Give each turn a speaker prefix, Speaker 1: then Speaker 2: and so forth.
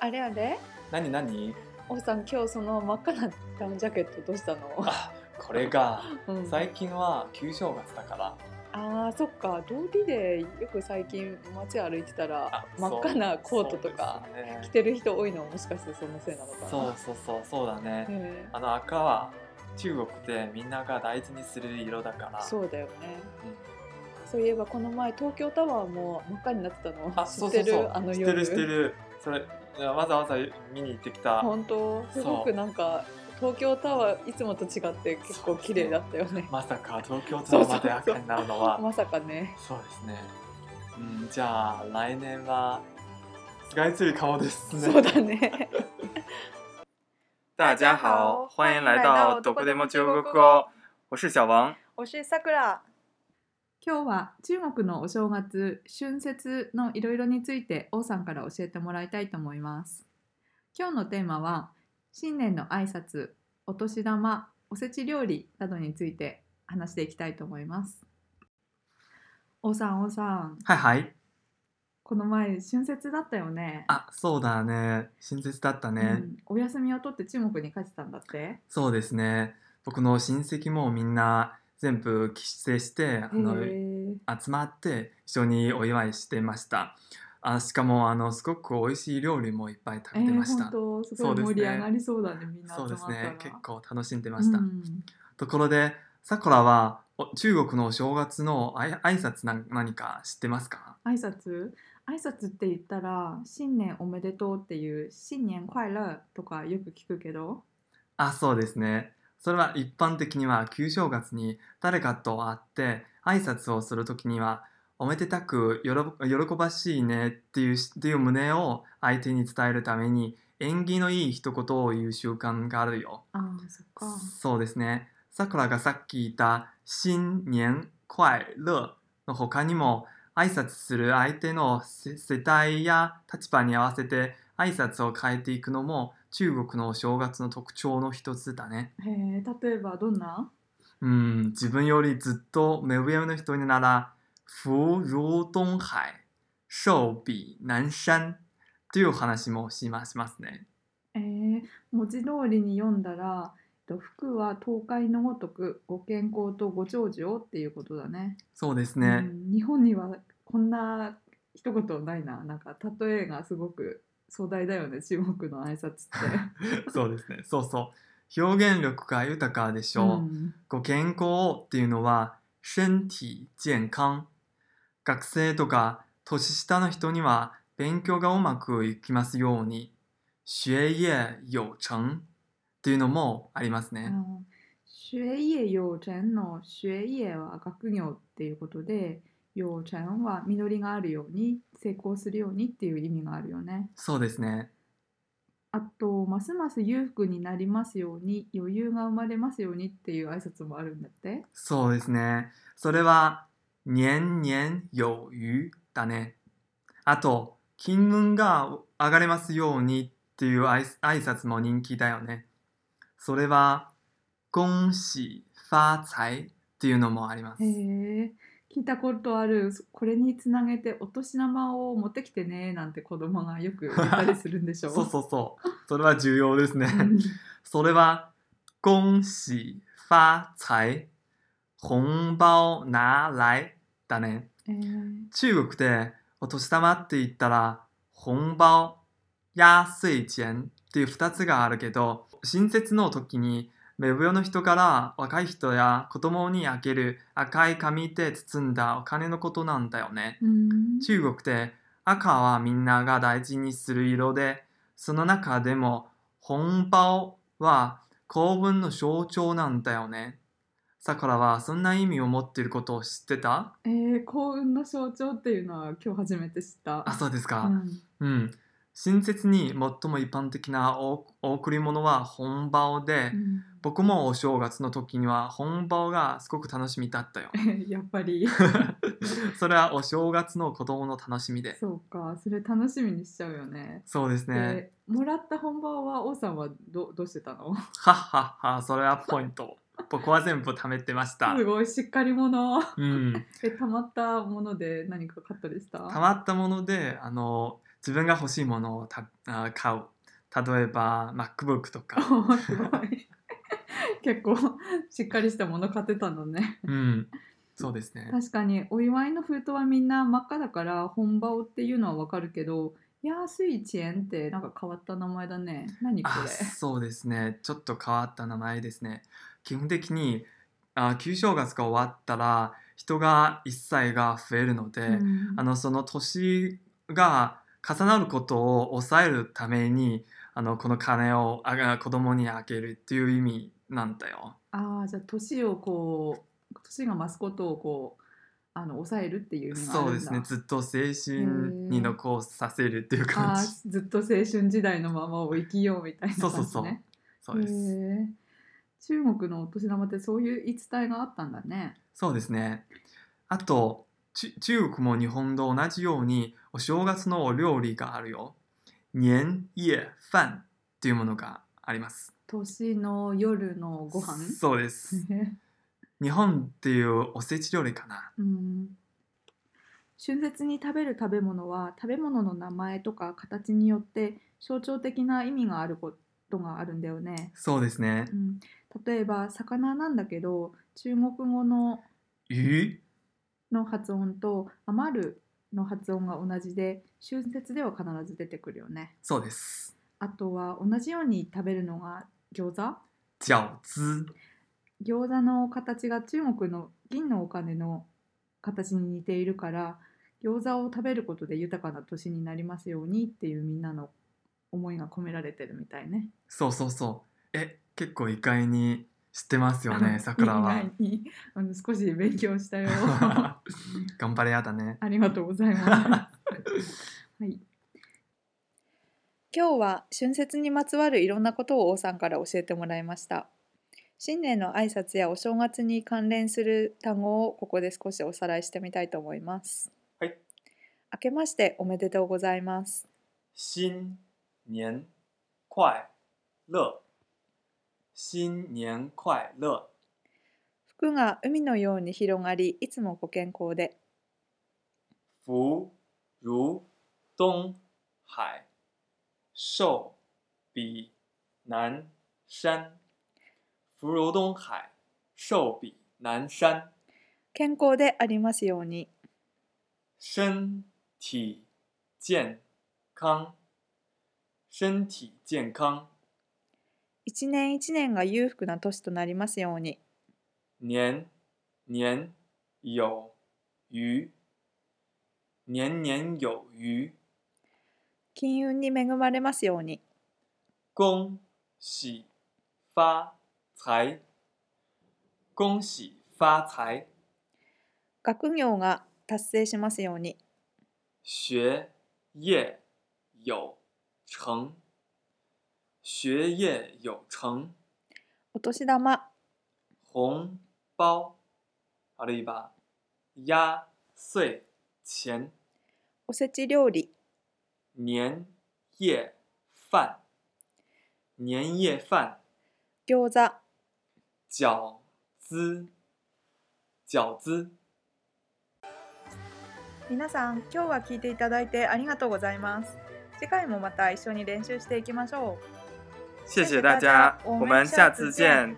Speaker 1: あれあれ
Speaker 2: 何何
Speaker 1: おさん今日その真っ赤なダウンジャケットどうしたの、
Speaker 2: あこれが
Speaker 1: うん、
Speaker 2: 最近は旧正月だから
Speaker 1: あーそっか道理でよく最近街歩いてたら
Speaker 2: あ
Speaker 1: 真っ赤なコートとか
Speaker 2: そうです
Speaker 1: 着
Speaker 2: ね
Speaker 1: てる人多いのはもしかしてそのせいなのかな
Speaker 2: そうそうそうそうだね、
Speaker 1: え
Speaker 2: あの赤は中国でみんなが大事にする色だから
Speaker 1: えそうだよね
Speaker 2: うん
Speaker 1: そういえばこの前東京タワーも真っ赤になってたの
Speaker 2: あ
Speaker 1: 知
Speaker 2: そう
Speaker 1: っ
Speaker 2: そ
Speaker 1: てる
Speaker 2: うそう
Speaker 1: あの
Speaker 2: 知って
Speaker 1: 夜
Speaker 2: る知ってるそれいやわざわざ見に行ってきた
Speaker 1: 本当すごくなんか東京タワーいつもと違って結構綺麗だったよね
Speaker 2: まさか東京タワーまで赤になるのは
Speaker 1: まさかね
Speaker 2: そうですねうんじゃあ来年はスカイツリーかもですね
Speaker 1: そうだね
Speaker 2: 大家好，欢迎来到《どこでも中国語》，我是小王。
Speaker 1: おしさくら今日は中国のお正月春節のいろいろについて王さんから教えてもらいたいと思います今日のテーマは新年の挨拶お年玉おせち料理などについて話していきたいと思います王さん王さん
Speaker 2: はいはい。
Speaker 1: この前春節だったよね
Speaker 2: あ、そうだね。親切だったね。
Speaker 1: うん、お休みを取って中国に帰ってたんだって
Speaker 2: そうですね。僕の親戚もみんな全部帰省して、あの
Speaker 1: へー
Speaker 2: 集まって一緒にお祝いしてました。あ、しかもあのすごく美味しい料理もいっぱい食
Speaker 1: え
Speaker 2: べてま
Speaker 1: ー、
Speaker 2: した。
Speaker 1: 本当す
Speaker 2: そ
Speaker 1: ご
Speaker 2: う
Speaker 1: い
Speaker 2: ですね
Speaker 1: 盛り上がりそうだねみんな集ま
Speaker 2: そう
Speaker 1: った
Speaker 2: で
Speaker 1: ら
Speaker 2: すね。結構楽しんでま
Speaker 1: ま
Speaker 2: した。
Speaker 1: うん
Speaker 2: ところで、さくらはお中国のお正月のあい挨拶なん何か知ってますか？
Speaker 1: 挨拶挨拶って言ったら「新年おめでとう」っていう「新年快乐」とかよく聞くけど
Speaker 2: あ、そうですね。それは一般的には旧正月に誰かと会って挨拶をするときにはおめでたくよろ喜ばしいねっていうしっていう旨を相手に伝えるために縁起のいい一言を言う習慣があるよ。
Speaker 1: ああそっか
Speaker 2: そうですね。さくらがさっき言った新年快乐の他にも挨拶する相手の世世帯や立場に合わせて挨拶を変えていくのも中国のお正月の特徴の一つだね。
Speaker 1: へえ例えばどんな
Speaker 2: うん、自分よりずっと目上の人になら、福如東海、寿比南山という話もしましますね。
Speaker 1: えー、文字通りに読んだら「えっと福は東海のごとくご健康とご長寿を」っていうことだね
Speaker 2: そうですね。
Speaker 1: うん日本にはこんな一言ないななんか例えがすごく壮大だよね中国の挨 拶って。
Speaker 2: そうですね。そうそう。表現力が豊かでしょう。
Speaker 1: ん
Speaker 2: ご健康をっていうのは身体健康。学生とか年下の人には勉強がうまくいきますように学業有成っていうのもありますね。
Speaker 1: あ学業養成の学業は学業っていうことで養成は実りがあるように成功するようにっていう意味があるよね。
Speaker 2: そうですね。
Speaker 1: あとますます裕福になりますように余裕が生まれますようにっていう挨拶もあるんだって。
Speaker 2: そうですね。それは年々有余だね。あと金運が上がれますようにっていう挨挨拶も人気だよね。それは恭喜发財っていうのもあります
Speaker 1: へ。え聞いたことあるそこれにつなげてお年玉を持ってきてねなんて子供がよく言ったりするんでし
Speaker 2: そ
Speaker 1: ょ
Speaker 2: うそうそう。それは重要ですね。
Speaker 1: うん
Speaker 2: それは恭喜发財红包拿来だね。
Speaker 1: へえ
Speaker 2: 中国でお年玉って言ったら本包や水钱っていう2つがあるけど新節の時に目上の人から若い人や子供にあげる赤い紙で包んだお金のことなんだよね
Speaker 1: うん
Speaker 2: 中国で赤はみんなが大事にする色でその中でも本包は幸運の象徴なんだよねさくらはそんな意味を持っていることを知ってた
Speaker 1: えー、幸運の象徴っていうのは今日初めて知った。
Speaker 2: あそうですか、
Speaker 1: うん
Speaker 2: うん、親切に最も一般的なおお贈り物は本包で、
Speaker 1: うん
Speaker 2: 僕もお正月の時には本包がすごく楽しみだった よ
Speaker 1: やっぱ り
Speaker 2: それはお正月の子供の楽しみで
Speaker 1: そうかそれ楽しみにしちゃうよね。
Speaker 2: そうですね
Speaker 1: でもらった本番は王さんはどどうしてたの
Speaker 2: はっはっはそれはポイント僕は全部貯めてました
Speaker 1: す、ごいしっかり者
Speaker 2: うん、
Speaker 1: えたまったもので何か買ったりした
Speaker 2: 貯まったものであの自分が欲しいものをたあ買う例えば MacBook と か、
Speaker 1: おーすごい結構 しっかりしたもの買ってたんだね
Speaker 2: うん、そうですね
Speaker 1: 確かにお祝いの封筒はみんな真っ赤だから本場をっていうのはわかるけど安い遅延ってなんか変わった名前だね何こ
Speaker 2: あ
Speaker 1: れ
Speaker 2: そうですねちょっと変わった名前ですね基本的にあ旧正月が終わったら人が一切が増えるので、
Speaker 1: うん
Speaker 2: あのその年が重なることを抑えるためにあのこの金をあが子供にあげるっていう意味なんだよ。
Speaker 1: あーじゃあ年をこう年が増すことをこうあの抑えるっていう意味があるんだ
Speaker 2: そうですねずっと精神に残させるっていう
Speaker 1: あ
Speaker 2: 感じ。
Speaker 1: ーずっと青春時代のままを生きようみたいな感じね
Speaker 2: そうそうそうそうで
Speaker 1: へ
Speaker 2: す。
Speaker 1: ー中国のお年玉ってそういう言い伝えがあったんだね
Speaker 2: そうですね。あとち中国も日本と同じようにお正月のお料理があるよ。年夜飯っていうものがあります。
Speaker 1: 年の夜のご飯
Speaker 2: そうです。日本っていうおせち料理かな。
Speaker 1: うん春節に食べる食べ物は食べ物の名前とか形によって象徴的な意味があることがあるんだよね、
Speaker 2: そうですね
Speaker 1: う。ん、例えば魚なんだけど中国語の
Speaker 2: え
Speaker 1: の発音と余るの発音が同じで春節では必ず出てくるよね
Speaker 2: そうです。
Speaker 1: あとは同じように食べるのが餃子
Speaker 2: 饺子。
Speaker 1: 餃子の形が中国の銀のお金の形に似ているから餃子を食べることで豊かな年になりますようにっていうみんなの思いが込められてるみたいね。
Speaker 2: そうそうそう。え、結構意外に知ってますよ ね、さくらは。
Speaker 1: 意外にあの少し勉強したよ。
Speaker 2: 頑張れや だね。
Speaker 1: ありがとうございます。はい。今日は春節にまつわるいろんなことを王さんから教えてもらいました。新年の挨拶やお正月に関連する単語をここで少しおさらいしてみたいと思います。
Speaker 2: はい。
Speaker 1: 明けましておめでとうございます。
Speaker 2: 新年快乐。新年快乐。
Speaker 1: 服が海のように広がり、いつもご健康で。
Speaker 2: 福如东海，寿比南山。福如东海，寿比南山。
Speaker 1: 健康でありますように。
Speaker 2: 身体健康，身体健康，
Speaker 1: 一年一年が裕福な年となりますように。
Speaker 2: 年年有余，年年有余，
Speaker 1: 金運に恵まれますように。
Speaker 2: 恭喜发财，恭喜发财，
Speaker 1: 学業が達成しますように
Speaker 2: 学业有成，学业有成。
Speaker 1: お年玉
Speaker 2: 红包，あるいは压岁钱、
Speaker 1: おせち料理
Speaker 2: 年夜饭、年夜饭、
Speaker 1: 餃子
Speaker 2: 饺子、饺子。
Speaker 1: 皆さん今日は聞いていただいてありがとうございます次回もまた一緒に練習していきましょう
Speaker 3: 谢谢大家，我们下次见，